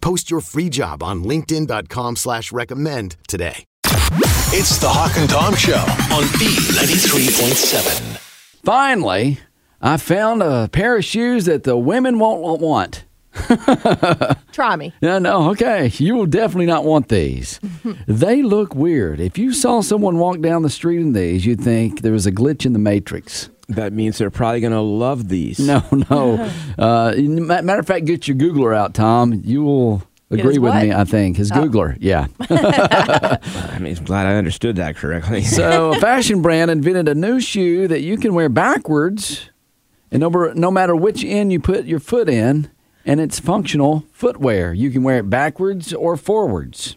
Post your free job on linkedin.com/recommend slash recommend today. It's the Hawk and Tom Show on B93.7. Finally, I found a pair of shoes that the women won't, won't want. Try me. No, no, okay. You will definitely not want these. they look weird. If you saw someone walk down the street in these, you'd think there was a glitch in the matrix. That means they're probably going to love these. No, no. uh, in- ma- matter of fact, get your Googler out, Tom. You will his agree with what? Oh. me, I think. His Googler, yeah. I mean, I'm glad I understood that correctly. so, a fashion brand invented a new shoe that you can wear backwards, and no, no matter which end you put your foot in, and it's functional footwear. You can wear it backwards or forwards.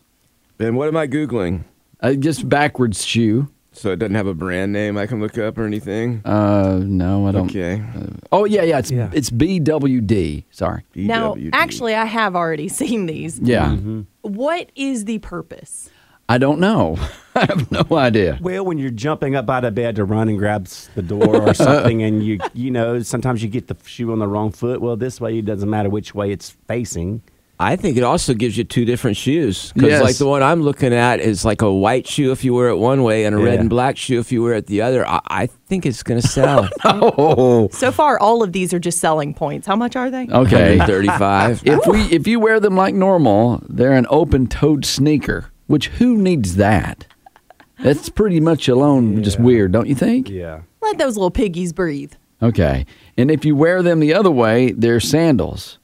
Then what am I Googling? Uh, just backwards shoe. So it doesn't have a brand name I can look up or anything? Uh, no, I don't. okay. Oh, yeah, yeah. It's it's BWD. Sorry. Now, BWD. actually, I have already seen these. E Yeah, What is the purpose? I don't know. I have no idea. Well, when you're jumping up out of bed to run and grab s- the door or something, and you you know sometimes you get the shoe on the wrong foot. Well, this way it doesn't matter which way it's facing. I think it also gives you two different shoes. Because, Yes. like, the one I'm looking at is like a white shoe if you wear it one way and a red Yeah. and black shoe if you wear it the other. I, I think it's going to sell. So far, all of these are just selling points. How much are they? Okay. 135. if we if you wear them like normal, they're an open-toed sneaker. Which who needs that? That's pretty much alone just weird, don't you think? Yeah. Let those little piggies breathe. Okay. And if you wear them the other way, they're sandals.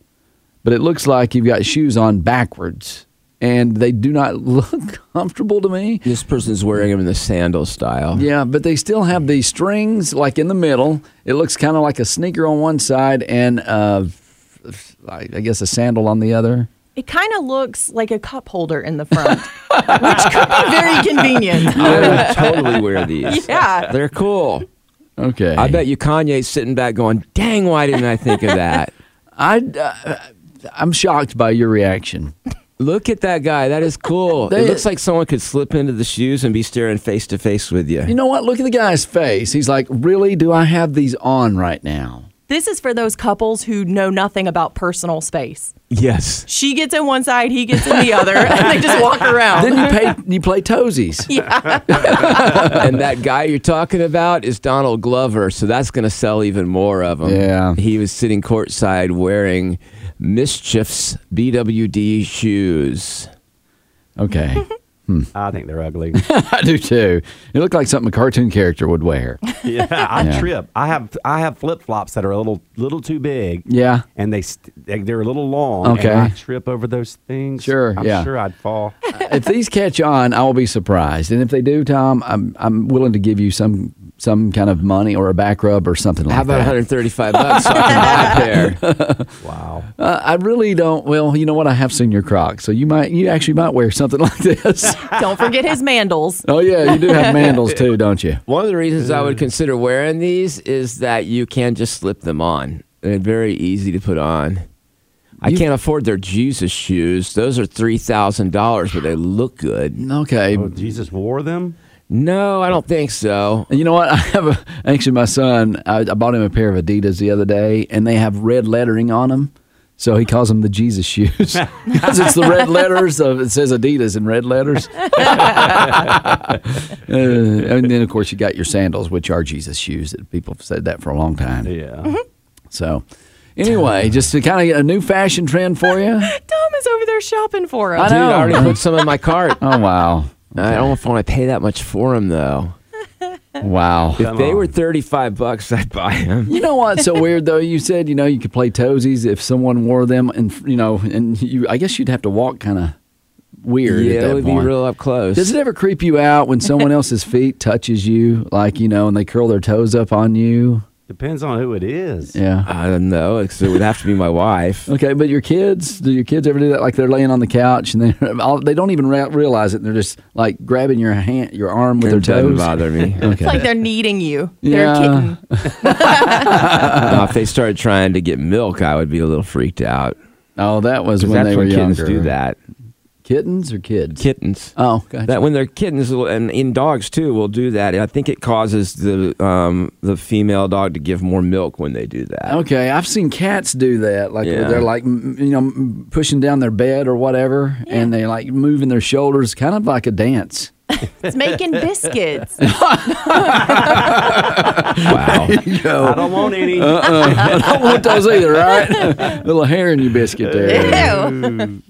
But it looks like you've got shoes on backwards. And they do not look comfortable to me. this person's wearing them in the sandal style. Yeah, but they still have these strings like in the middle. It looks kind of like a sneaker on one side and uh, f- I I guess a sandal on the other. It kind of looks like a cup holder in the front, which could be very convenient. I would totally wear these. Yeah. They're cool. Okay. I bet you Kanye's sitting back going, dang, why didn't I think of that? I, uh, I'm shocked by your reaction. Look at that guy. That is cool. They- it looks like someone could slip into the shoes and be staring face to face with you. You know what? Look at the guy's face. He's like, really? Do I have these on right now? This is for those couples who know nothing about personal space. yes. She gets in one side, he gets in the other, and they just walk around. Then you pay. You play toesies. and that guy you're talking about is Donald Glover, so that's going to sell even more of them. Yeah. He was sitting courtside wearing Mischief's BWD shoes. Okay. I think they're ugly. I do too. It looked like something a cartoon character would wear. yeah, I Yeah. trip. I have I have flip flops that are a little little too big. Yeah. and they st- they- they're a little long. Okay. and I trip over those things. Sure, I'm yeah. sure I'd fall. if these catch on, I will be surprised. And if they do, Tom, I'm I'm willing to give you some some kind of money or a back rub or something like How about that. 135 bucks on that pair? Wow. Uh, I really don't. Well, you know what? I have seen your Crocs, so you might you actually might wear something like this. Don't forget his mandals. oh yeah, you do have mandals too, don't you? One of the reasons I Mm. would consider wearing these is that you can just slip them on. They're very easy to put on. I can't afford their Jesus shoes. Those are $3,000, but they look good. Okay. Oh, Well, Oh, Jesus wore them. No, I don't think so. And You know what? I have a, actually my son. I, I bought him a pair of Adidas the other day, and they have red lettering on them, so he calls them the Jesus shoes because it's the red letters of it says Adidas in red letters. Uh, and then of course you got your sandals, which are Jesus shoes. That people have said that for a long time. Yeah. Mm-hmm. So anyway, just to kind of get a new fashion trend for you. Tom is over there shopping for I us. Dude, know. I already put some in my cart. Oh wow. I don't know if I want to pay that much for them though. Wow. If they were thirty-five bucks, I'd buy them. You know what's so weird though? You said you know you could play toesies if someone wore them, and you know, and you I guess you'd have to walk kind of weird. at Yeah, that it would be point. real up close. Does it ever creep you out when someone else's feet touches you, like you know, and they curl their toes up on you? Depends on who it is. Yeah. I don't know. 'cause It would have to be my wife. Okay, but your kids, do your kids ever do that? Like they're laying on the couch and they all- they don't even re- realize it. And they're just like grabbing your hand, your arm with their It doesn't toes. bother me. It's like they're needing you. Yeah. They're kitten. Now, if they started trying to get milk, I would be a little freaked out. Oh, that was 'Cause when that's they were when kittens younger. do that. Kittens or kids? Kittens. Oh, gotcha. That when they're kittens will- and in dogs too will do that. And I think it causes the um, the female dog to give more milk when they do that. Okay, I've seen cats do that. Like Yeah. they're like m- you know m- pushing down their bed or whatever, and they like moving their shoulders, kind of like a dance. It's making biscuits. Wow. I don't want any. Uh-uh. I don't want those either, right? Little hair in your biscuit there. Ew.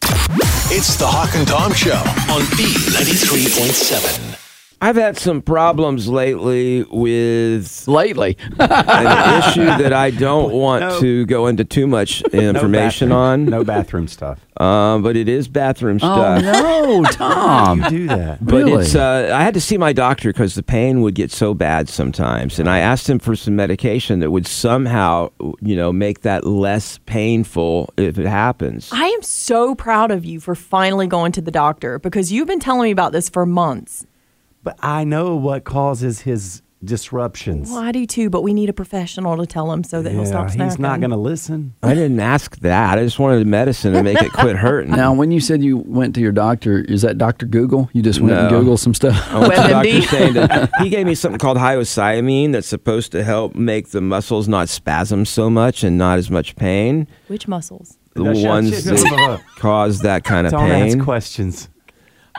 It's the Hawk and Tom Show on B93.7. I've had some problems lately with Lately, an issue that I don't want No. to go into too much information bathroom- on, No bathroom stuff. um, but it is bathroom oh stuff. no, Tom. you do that? But Really? it's uh, I had to see my doctor because the pain would get so bad sometimes, and I asked him for some medication that would somehow, you know, make that less painful if it happens. I am so proud of you for finally going to the doctor because you've been telling me about this for months. But I know what causes his disruptions. Well, I do too, but we need a professional to tell him so that he'll Yeah, stop snacking. he's not going to listen. I didn't ask that. I just wanted medicine to make it quit hurting. Now, when you said you went to your doctor, is that Doctor Google? You just went and No. Googled some I stuff. went to the WebMD. doctor saying that he gave me something called hyoscyamine that's supposed to help make the muscles not spasm so much and not as much pain. Which muscles? The That shit- ones shit- that cause that kind of Don't ask pain. questions.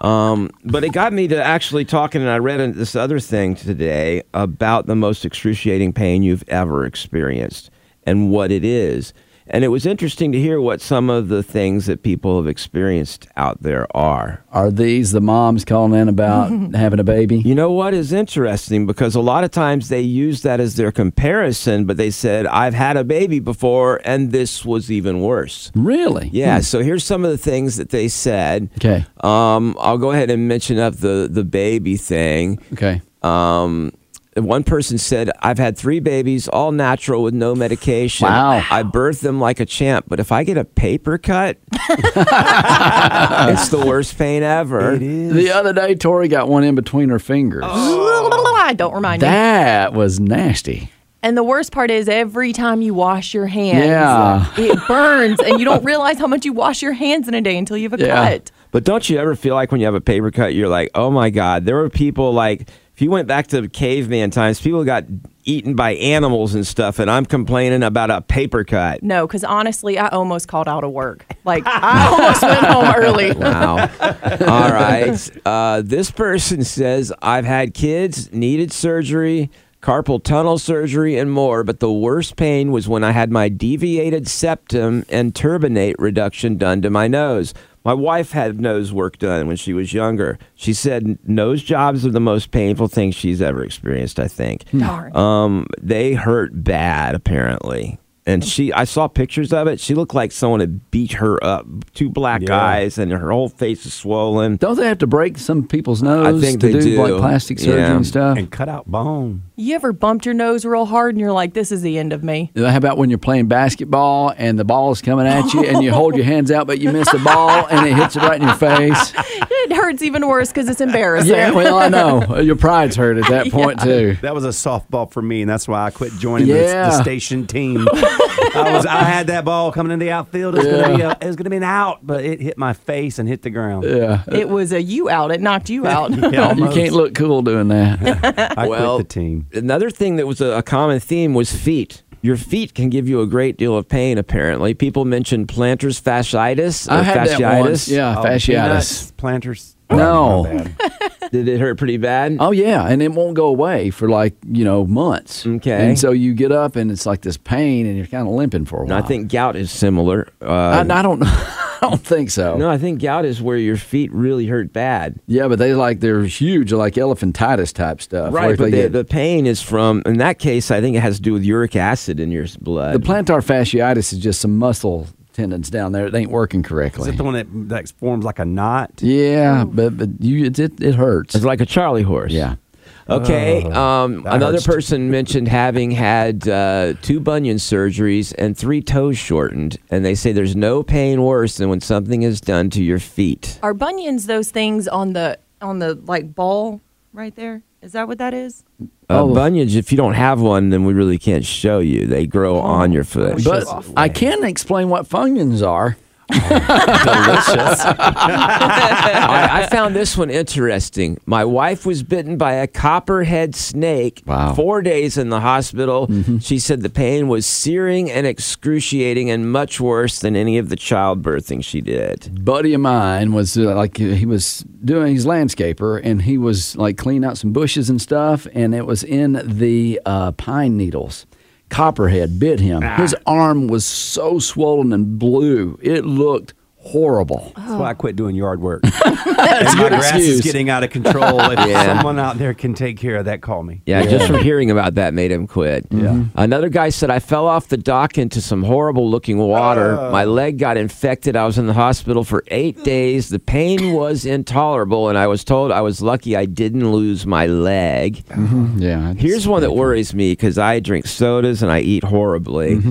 But it got me to actually talking, and I read in- this other thing today about the most excruciating pain you've ever experienced and what it is. And it was interesting to hear what some of the things that people have experienced out there are. Are these the moms calling in about having a baby? You know what is interesting because a lot of times they use that as their comparison, but they said, I've had a baby before, and this was even worse. Really? Hmm. Yeah, so here's some of the things that they said. Okay. Um, I'll go ahead and mention up the, the baby thing. Okay. Um, one person said, I've had three babies, all natural with no medication. Wow. I birthed them like a champ, but if I get a paper cut, it's the worst pain ever. It is. The other day, Tori got one in between her fingers. Oh. Don't remind me. That was nasty. And the worst part is every time you wash your hands, Yeah. it burns, and you don't realize how much you wash your hands in a day until you have a Yeah. cut. But don't you ever feel like when you have a paper cut, you're like, oh my God, there were people like, if you went back to caveman times, people got eaten by animals and stuff, and I'm complaining about a paper cut. No, because honestly, I almost called out of work. Like I almost went home early. Wow. All right. Uh, this person says, I've had kids, needed surgery, carpal tunnel surgery, and more, but the worst pain was when I had my deviated septum and turbinate reduction done to my nose. My wife had nose work done when she was younger. She said nose jobs are the most painful thing she's ever experienced, I think. Darn. Um, they hurt bad apparently. And she, I saw pictures of it. She looked like someone had beat her up. Two black Yeah. eyes, and her whole face is swollen. Don't they have to break some people's nose think to they do, do. like plastic surgery Yeah. and stuff? and cut out bone. You ever bumped your nose real hard and you're like, "This is the end of me." How about when you're playing basketball and the ball's coming at you and you hold your hands out but you miss the ball and it hits you right in your face? It hurts even worse because it's embarrassing. Yeah, well, I know. Your pride's hurt at that point, too. That was a softball for me, and that's why I quit joining the- the, Yeah. station team. I was I had that ball coming in the outfield. It was gonna be a, it was gonna be an out, but it hit my face and hit the ground. It was a you out. It knocked you out. Yeah, You can't look cool doing that. I Well- quit the team. Another thing that was a, a common theme was feet. Your feet can give you a great deal of pain. Apparently, people mentioned plantar fasciitis. Or I had fasciitis. that once. Yeah, Oh, fasciitis. peanuts, planters. No. Did it hurt pretty bad? Oh yeah, and it won't go away for like you know months. Okay. and so you get up and it's like this pain, and you're kind of limping for a And while. I think gout is similar. Uh, I, I don't. I don't think so. no, I think gout is where your feet really hurt bad. Yeah, but they like they're huge, like elephantitis type stuff. where Right, but they the, get- the pain is from, in that case, I think it has to do with uric acid in your blood. the plantar fasciitis is just some muscle tendons down there. It ain't working Is correctly. it the one that, that forms like a knot? yeah, but but you it it, it hurts. It's like a Charlie horse. yeah. Okay. um, Oh, that another hurts. person mentioned having had uh, two bunion surgeries and three toes shortened, and they say there's no pain worse than when something is done to your feet. Are bunions those things on the on the like ball right there? Is that what that is? Uh, Oh. Bunions, if you don't have one, then we really can't show you. They grow on your foot. Oh. But I can explain what funions are. I, I found this one interesting. My wife was bitten by a copperhead snake. Wow. Four days in the hospital. She said the pain was searing and excruciating and much worse than any of the childbirthing she did. buddy of mine was uh, like he was doing his landscaper and he was like cleaning out some bushes and stuff and it was in the uh, pine needles copperhead bit him Ah. his arm was so swollen and blue it looked horrible That's why I quit doing yard work. That's my grass excuse. is getting out of control. If Yeah. someone out there can take care of that, call me. Yeah, just from hearing about that made him quit. Yeah. Mm-hmm. Another guy said, I fell off the dock into some horrible looking water. My leg got infected. I was in the hospital for eight days. The pain was intolerable, and I was told I was lucky I didn't lose my leg. yeah Here's one that worries me because I drink sodas and I eat horribly.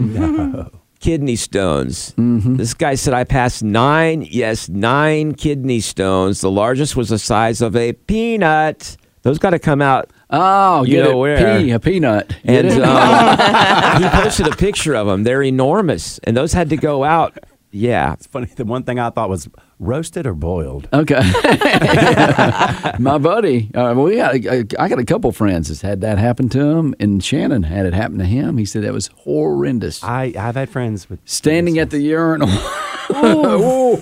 Kidney stones. Mm-hmm. This guy said I passed nine, yes, nine kidney stones. The largest was the size of a peanut. Those got to come out. oh You get know a where. pea, a peanut Get And uh, it? um, he posted a picture of them. They're enormous, and those had to go out. Yeah, It's funny. The one thing I thought was roasted or boiled. Okay, my buddy. Uh, we got. I, I got a couple friends that's had that happen to him, and Shannon had it happen to him. He said that was horrendous. Ah. I, I've had friends with standing at the urinal. to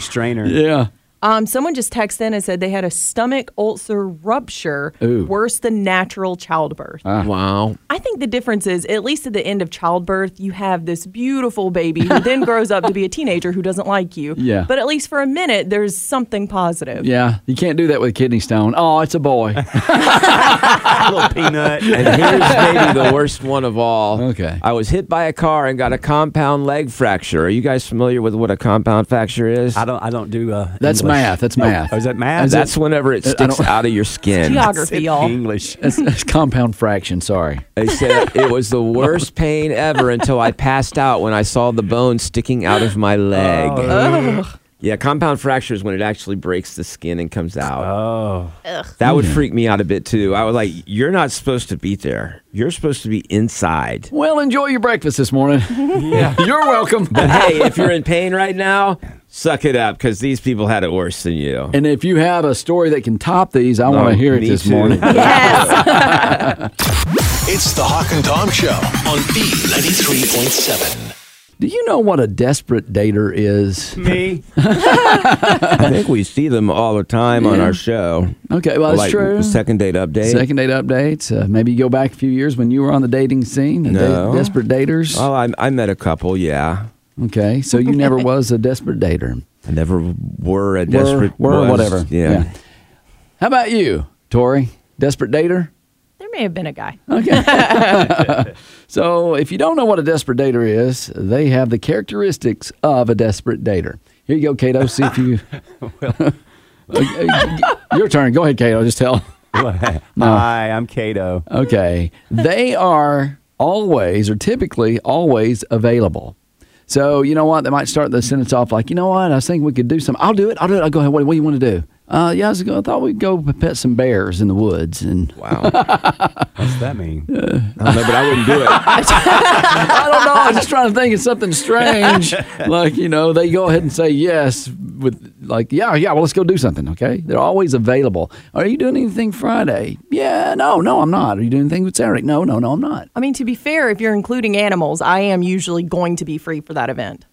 strainer. yeah. Um, someone just texted in and said they had a stomach ulcer rupture Ooh. worse than natural childbirth. Ah. wow. I think the difference is, at least at the end of childbirth, you have this beautiful baby who then grows up to be a teenager who doesn't like you. Yeah. But at least for a minute, there's something positive. Yeah, you can't do that with a kidney stone. Oh, it's a boy. A little And peanut. here's maybe the worst one of all. Okay. I was hit by a car and got a compound leg fracture. Are you guys familiar with what a compound fracture is? I don't. I don't do. Uh, That's English. math, that's No. math. Oh, is that math? Is That's whenever it I sticks don't- out of your skin. Geography, y'all. English. It's, it's compound fraction. Sorry. They said it was the worst pain ever until I passed out when I saw the bone sticking out of my leg. Oh. Yeah, compound fracture is when it actually breaks the skin and comes out. Oh. That Hmm. would freak me out a bit too. I was like, you're not supposed to be there. You're supposed to be inside. Well, enjoy your breakfast this morning. Yeah. You're welcome. But hey, if you're in pain right now, suck it up because these people had it worse than you. And if you have a story that can top these, I want to Oh, hear it me this too. morning. Yes. It's the Hawk and Tom Show on B93.7. Do you know what a desperate dater is? Me. I think we see them all the time on our show. Okay, well, that's like true. Second date update. Second date updates. Uh, maybe you go back a few years when you were on the dating scene. and No. da- desperate daters. Oh, I, I met a couple. Yeah, Okay, so you never was a desperate dater. I never were a desperate. were, was- whatever. Yeah. Yeah. How about you, Tori? Desperate dater? there may have been a guy. Okay. so, if you don't know what a desperate dater is, they have the characteristics of a desperate dater. Here you go, Cato. See if you. Okay, Your turn. Go ahead, Cato. Just tell. Hi, I'm Kato. Okay. They are always or typically always available. So, you know what? They might start the sentence off like, you know what? I was thinking we could do something. I'll do it. I'll do it. I'll go ahead. What, what do you want to do? Uh, yeah, I, was, gonna- I thought we'd go pet some bears in the woods. And Wow. What's that mean? I don't know, but I wouldn't do it. I don't know. I was just trying to think of something strange. like, you know, they go ahead and say yes with like, yeah, yeah, well, let's go do something. Okay. They're always available. Are you doing anything Friday? Yeah, no, no, I'm not. Are you doing anything with Saturday? No, no, no, I'm not. I mean, to be fair, if you're including animals, I am usually going to be free for that event.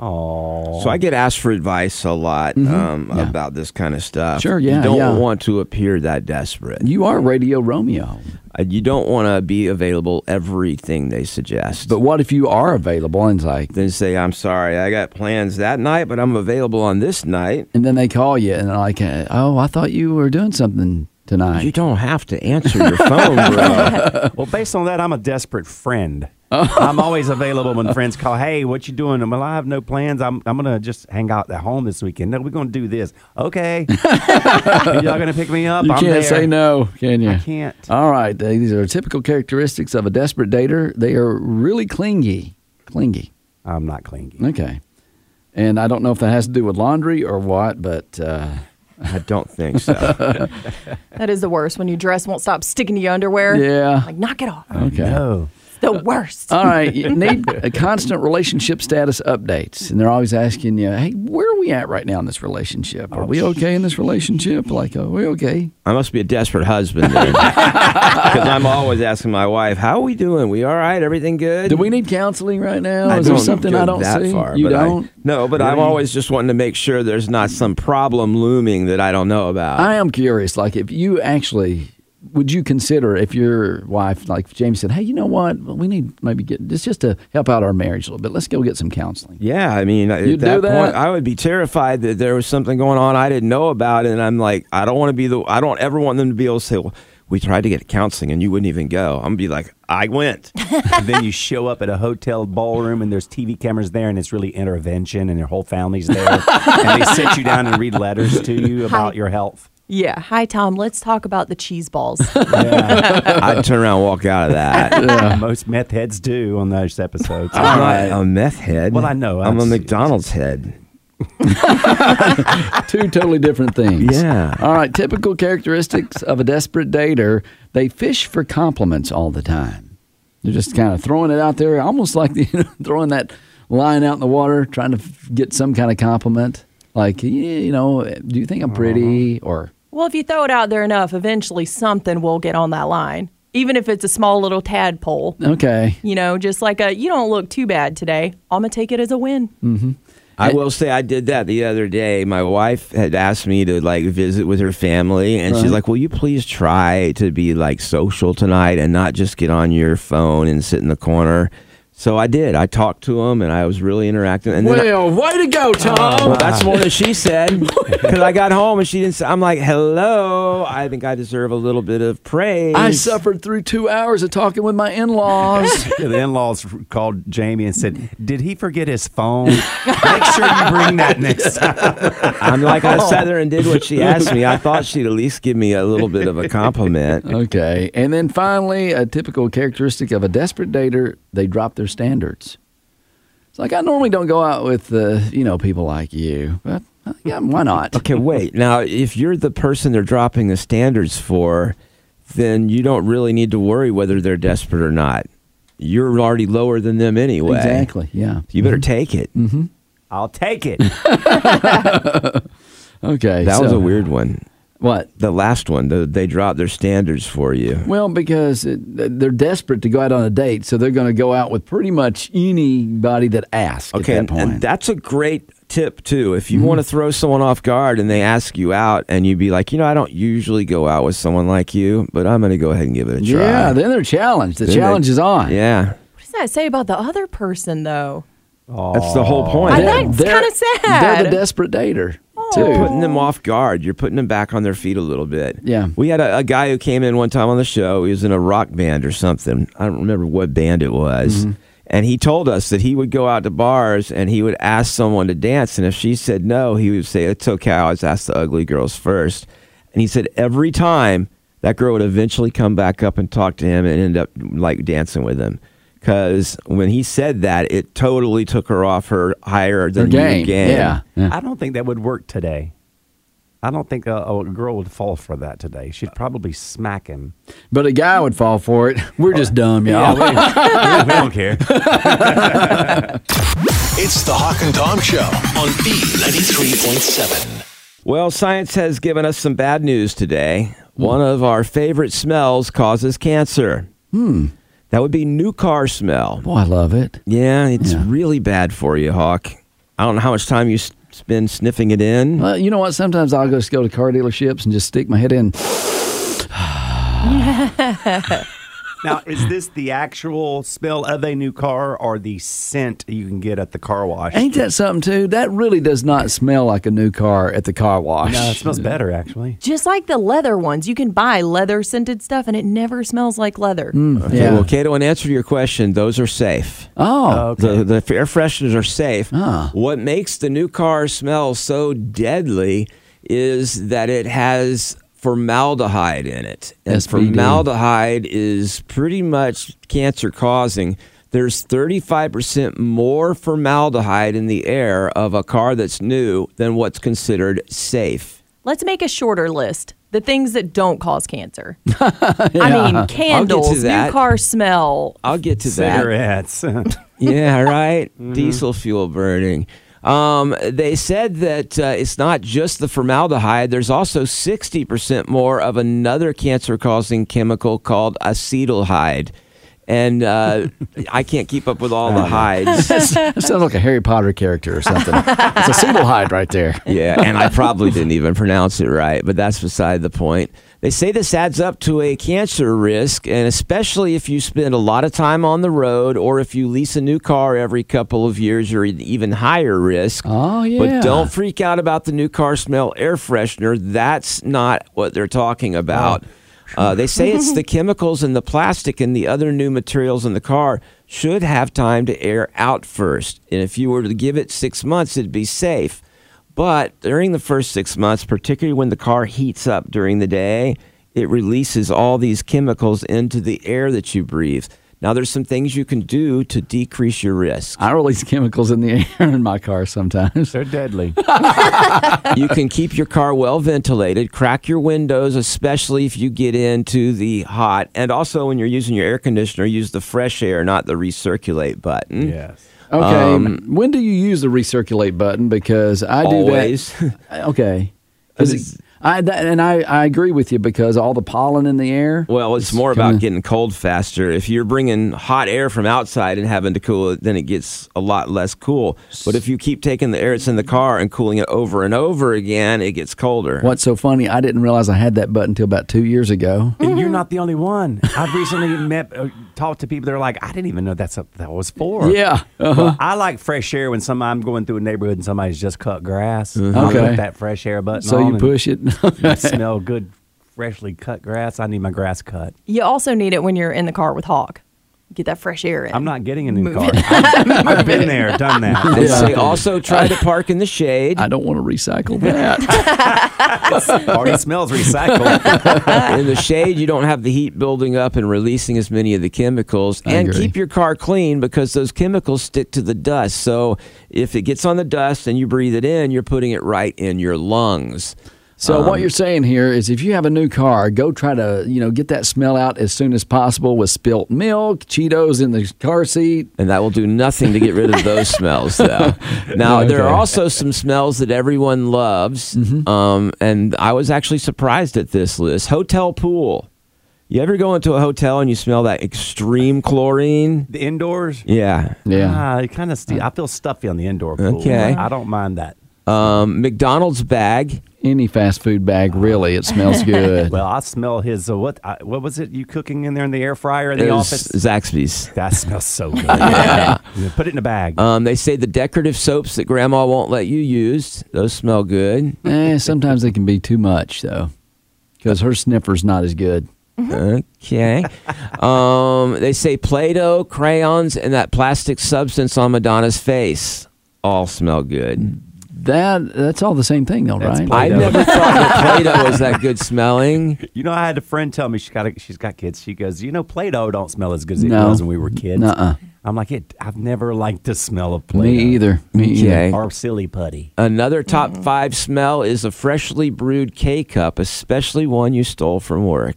Oh, So I get asked for advice a lot um, about this kind of stuff. Mm-hmm. Sure, yeah, You don't yeah. want to appear that desperate. You are Radio Romeo. Uh, You don't want to be available everything they suggest. But what if you are available and it's like, then say, I'm sorry, I got plans that night, but I'm available on this night. and then they call you and they're like, uh, oh, I thought you were doing something tonight. You don't have to answer your phone, bro. well, based on that, I'm a desperate friend. Oh. I'm always available when friends call. Hey, what you doing? Well, I have no plans. I'm I'm gonna just hang out at home this weekend. No, we're gonna do this. Okay, y'all gonna pick me up? You I'm can't there. say no, can you? I can't. All right. These are typical characteristics of a desperate dater. They are really clingy. Clingy. I'm not clingy. Okay. And I don't know if that has to do with laundry or what, but uh, I don't think so. That is the worst when your dress won't stop sticking to your underwear. yeah. Uh, Like, knock it off. Okay. No. It's the worst. All right. You need a constant relationship status updates. And they're always asking you, hey, where are we at right now in this relationship? Oh, Are we okay in this relationship? Like, are we okay? I must be a desperate husband then. Because I'm always asking my wife, How are we doing? We all right? Everything good? Do we need counseling right now? I Is there don't something go I don't that see? Far, you but I- don't? no, but I'm always just wanting to make sure there's not some problem looming that I don't know about. I am curious. Like, if you actually would you consider if your wife, like James said, hey, you know what? We need maybe get this just to help out our marriage a little bit. Let's go get some counseling. yeah, I mean, You at that, do that? point, I would be terrified that there was something going on I didn't know about, and I'm like, I don't want to be the, I don't ever want them to be able to say, well, we tried to get counseling and you wouldn't even go. I'm gonna be like, I went. and then you show up at a hotel ballroom and there's TV cameras there and it's really intervention and your whole family's there and they sit you down and read letters to you about your health. Yeah. Hi, Tom. Let's talk about the cheese balls. I'd turn around, and walk out of that. Most meth heads do on those episodes. I'm not a meth head. Well, I know. I'm a That's- McDonald's head. Two totally different things. Yeah. All right. Typical characteristics of a desperate dater: they fish for compliments all the time. They're just kind of throwing it out there, almost like you know, throwing that line out in the water, trying to f- get some kind of compliment. Like, yeah, you know, do you think I'm pretty? Or well, if you throw it out there enough, eventually something will get on that line, even if it's a small little tadpole. okay, You know, just like a, you don't look too bad today. I'm going to take it as a win. I will say I did that the other day. My wife had asked me to like visit with her family, and she's like, "Will you please try to be like social tonight and not just get on your phone and sit in the corner?" So I did. I talked to them, and I was really interacting. And then I- way to go, Tom. well, that's more than she said because I got home and she didn't. Say, I'm like, "Hello, I think I deserve a little bit of praise." I suffered through two hours of talking with my in-laws. Yeah, the in-laws called Jamie and said, "Did he forget his phone? Make sure you bring that next time." I'm like, I sat there and did what she asked me. I thought she'd at least give me a little bit of a compliment. okay, and then finally, a typical characteristic of a desperate dater: they drop their standards. It's like I normally don't go out with uh, you know people like you, but uh, yeah, why not? Okay, wait. Now, if you're the person they're dropping the standards for, then you don't really need to worry whether they're desperate or not. You're already lower than them anyway. Exactly. Mm-hmm. Yeah. You better take it. I'll take it. Okay. That was so- a weird one. What? The last one, the, they dropped their standards for you. Well, because it, they're desperate to go out on a date, so they're going to go out with pretty much anybody that asks Okay, at that and, point. and that's a great tip too. If you Mm-hmm. want to throw someone off guard and they ask you out, and you be like, you know, I don't usually go out with someone like you, but I'm going to go ahead and give it a try. yeah, then they're challenged. The Then they- challenge is on. Yeah, What does that say about the other person, though? that's the whole point. I They're- think it's they're- kinda sad. They're the desperate dater, You're too. putting them off guard. You're putting them back on their feet a little bit. Yeah. We had a, a guy who came in one time on the show. He was in a rock band or something. I don't remember what band it was. Mm-hmm. And he told us that he would go out to bars and he would ask someone to dance. And if she said no, he would say, It's okay. I always ask the ugly girls first. And he said, Every time that girl would eventually come back up and talk to him and end up like dancing with him. Because when he said that, it totally took her off her higher than you game, yeah. I don't think that would work today. I don't think a, a girl would fall for that today. She'd probably smack him. But a guy would fall for it. We're just dumb, y'all. we don't care. It's the Hawk and Tom Show on B93.7. Well, science has given us some bad news today. One of our favorite smells causes cancer. Hmm. That would be new car smell. Boy, Oh, I love it. Yeah, it's really bad for you, Hawk. I don't know how much time you s- spend sniffing it in. Well, you know what? Sometimes I'll just go to car dealerships and just stick my head in. Now, is this the actual smell of a new car or the scent you can get at the car wash? Ain't that something too? That really does not smell like a new car at the car wash. No, it smells better actually. Just like the leather ones, you can buy leather scented stuff and it never smells like leather. Okay, yeah. well, Cato, in answer to your question, those are safe. Oh, The, the air fresheners are safe. What makes the new car smell so deadly is that it has formaldehyde in it. And SBD. formaldehyde is pretty much cancer causing. There's 35% more formaldehyde in the air of a car that's new than what's considered safe. Let's make a shorter list. The things that don't cause cancer. I mean, candles, new that. car smell. I'll get to that. Cigarettes. yeah, right. Diesel fuel burning. Um, they said that uh, it's not just the formaldehyde. There's also 60% more of another cancer causing chemical called acetaldehyde. And uh, I can't keep up with all the hides. that sounds like a Harry Potter character or something. it's a single hide right there. Yeah, and I probably didn't even pronounce it right, but that's beside the point. They say this adds up to a cancer risk, and especially if you spend a lot of time on the road or if you lease a new car every couple of years, you're at even higher risk. Oh, yeah. But don't freak out about the new car smell air freshener. That's not what they're talking about. Uh, they say it's the chemicals and the plastic and the other new materials in the car should have time to air out first. And if you were to give it six months, it'd be safe. But during the first six months, particularly when the car heats up during the day, it releases all these chemicals into the air that you breathe. Now, there's some things you can do to decrease your risk. I release chemicals in the air in my car sometimes. They're deadly. you can keep your car well ventilated, crack your windows, especially if you get into the hot. And also, when you're using your air conditioner, use the fresh air, not the recirculate button. yes. Okay. Um, when do you use the recirculate button? Because I do Always. that. Okay. 'Cause it- I, that, and I, I agree with you because all the pollen in the air. Well, it's more about getting cold faster. If you're bringing hot air from outside and having to cool it, then it gets a lot less cool. But if you keep taking the air that's in the car and cooling it over and over again, it gets colder. What's so funny? I didn't realize I had that button until about two years ago. And you're not the only one. I've recently met, uh, talked to people. They're like, I didn't even know that's what that was for. Yeah. Well, I like fresh air when some I'm going through a neighborhood and somebody's just cut grass. I'll Okay. put that fresh air button. Uh, So on you and push it. I smell good, freshly cut grass. I need my grass cut. You also need it when you're in the car with Hog. Get that fresh air in. I'm not getting a new Move car. it. I've I've been there, done They that. say also try to park in the shade. I don't want to recycle that. Already smells recycled. in the shade, you don't have the heat building up and releasing as many of the chemicals. I and agree. keep your car clean because those chemicals stick to the dust. So if it gets on the dust and you breathe it in, you're putting it right in your lungs. so Um, what you're saying here is, if you have a new car, go try to you know get that smell out as soon as possible with spilt milk, Cheetos in the car seat. And that will do nothing to get rid of those smells, though. Now, there are also some smells that everyone loves. Mm-hmm. Um, and I was actually surprised at this list hotel pool. You ever go into a hotel and you smell that extreme chlorine? the indoors. Yeah. Ah, it kind of. St- I feel stuffy on the indoor pool. Okay. I don't mind that. Um, McDonald's bag. Any fast food bag, really, it smells good. Well, I smell his. Uh, what? I, what was it? You cooking in there in the air fryer in It the was office? Zaxby's. That smells so good. yeah. Put it in a bag. Um, they say the decorative soaps that grandma won't let you use, those smell good. eh, sometimes they can be too much though, because her sniffer's not as good. Okay. um, they say Play Doh, crayons, and that plastic substance on Madonna's face all smell good. That that's all the same thing though, That's right? pla- I Play-Doh. never thought that Play Doh was that good smelling. You know, I had a friend tell me she got a, she's got kids. She goes, you know, Play-Doh don't smell as good as it No. does when we were kids. Nuh-uh. I'm like, it, I've never liked the smell of Play-Doh. Me either. Me either. Okay. Or silly putty. Another top five smell is a freshly brewed K cup, especially one you stole from work.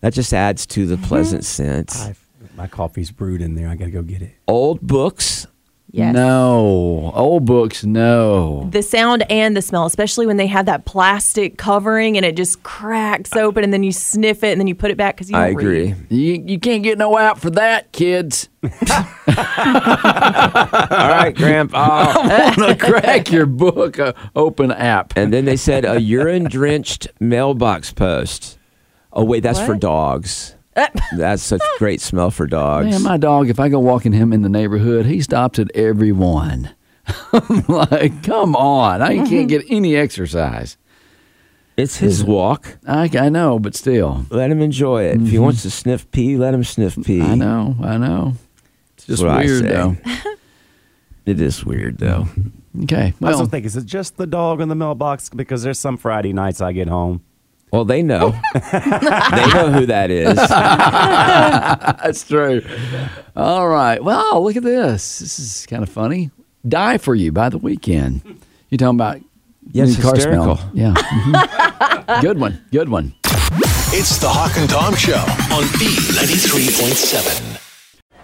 That just adds to the pleasant scent. I've, my coffee's brewed in there. I gotta go get it. Old books, Yes. No. Old books, no. The sound and the smell, especially when they have that plastic covering and it just cracks open, and then you sniff it, and then you put it back because you. I don't read. agree. You, you can't get no out for that, kids. All right, Grandpa. I want to crack your book uh, open app. And then they said a urine drenched mailbox post. Oh, wait, that's for What? dogs. that's such great smell for dogs. Man, my dog, if I go walking him in the neighborhood, he stops at every one. I'm like, come on. I can't get any exercise. it's his walk. I, I know, but still. Let him enjoy it. If he wants to sniff pee, let him sniff pee. Mm-hmm. I know. I know. It's just Mm. what I weird, say. though. It is weird, though. Okay. I also Well, think, is it just the dog in the mailbox? Because there's some Friday nights I get home. Well, they know. they know who that is. that's true. All right. Well, look at this. This is kind of funny. Die for you by the weekend. You're talking about Yes, new car smell. hysterical. Yeah. Mhm. good one. Good one. It's the Hawk and Tom Show on B93.7.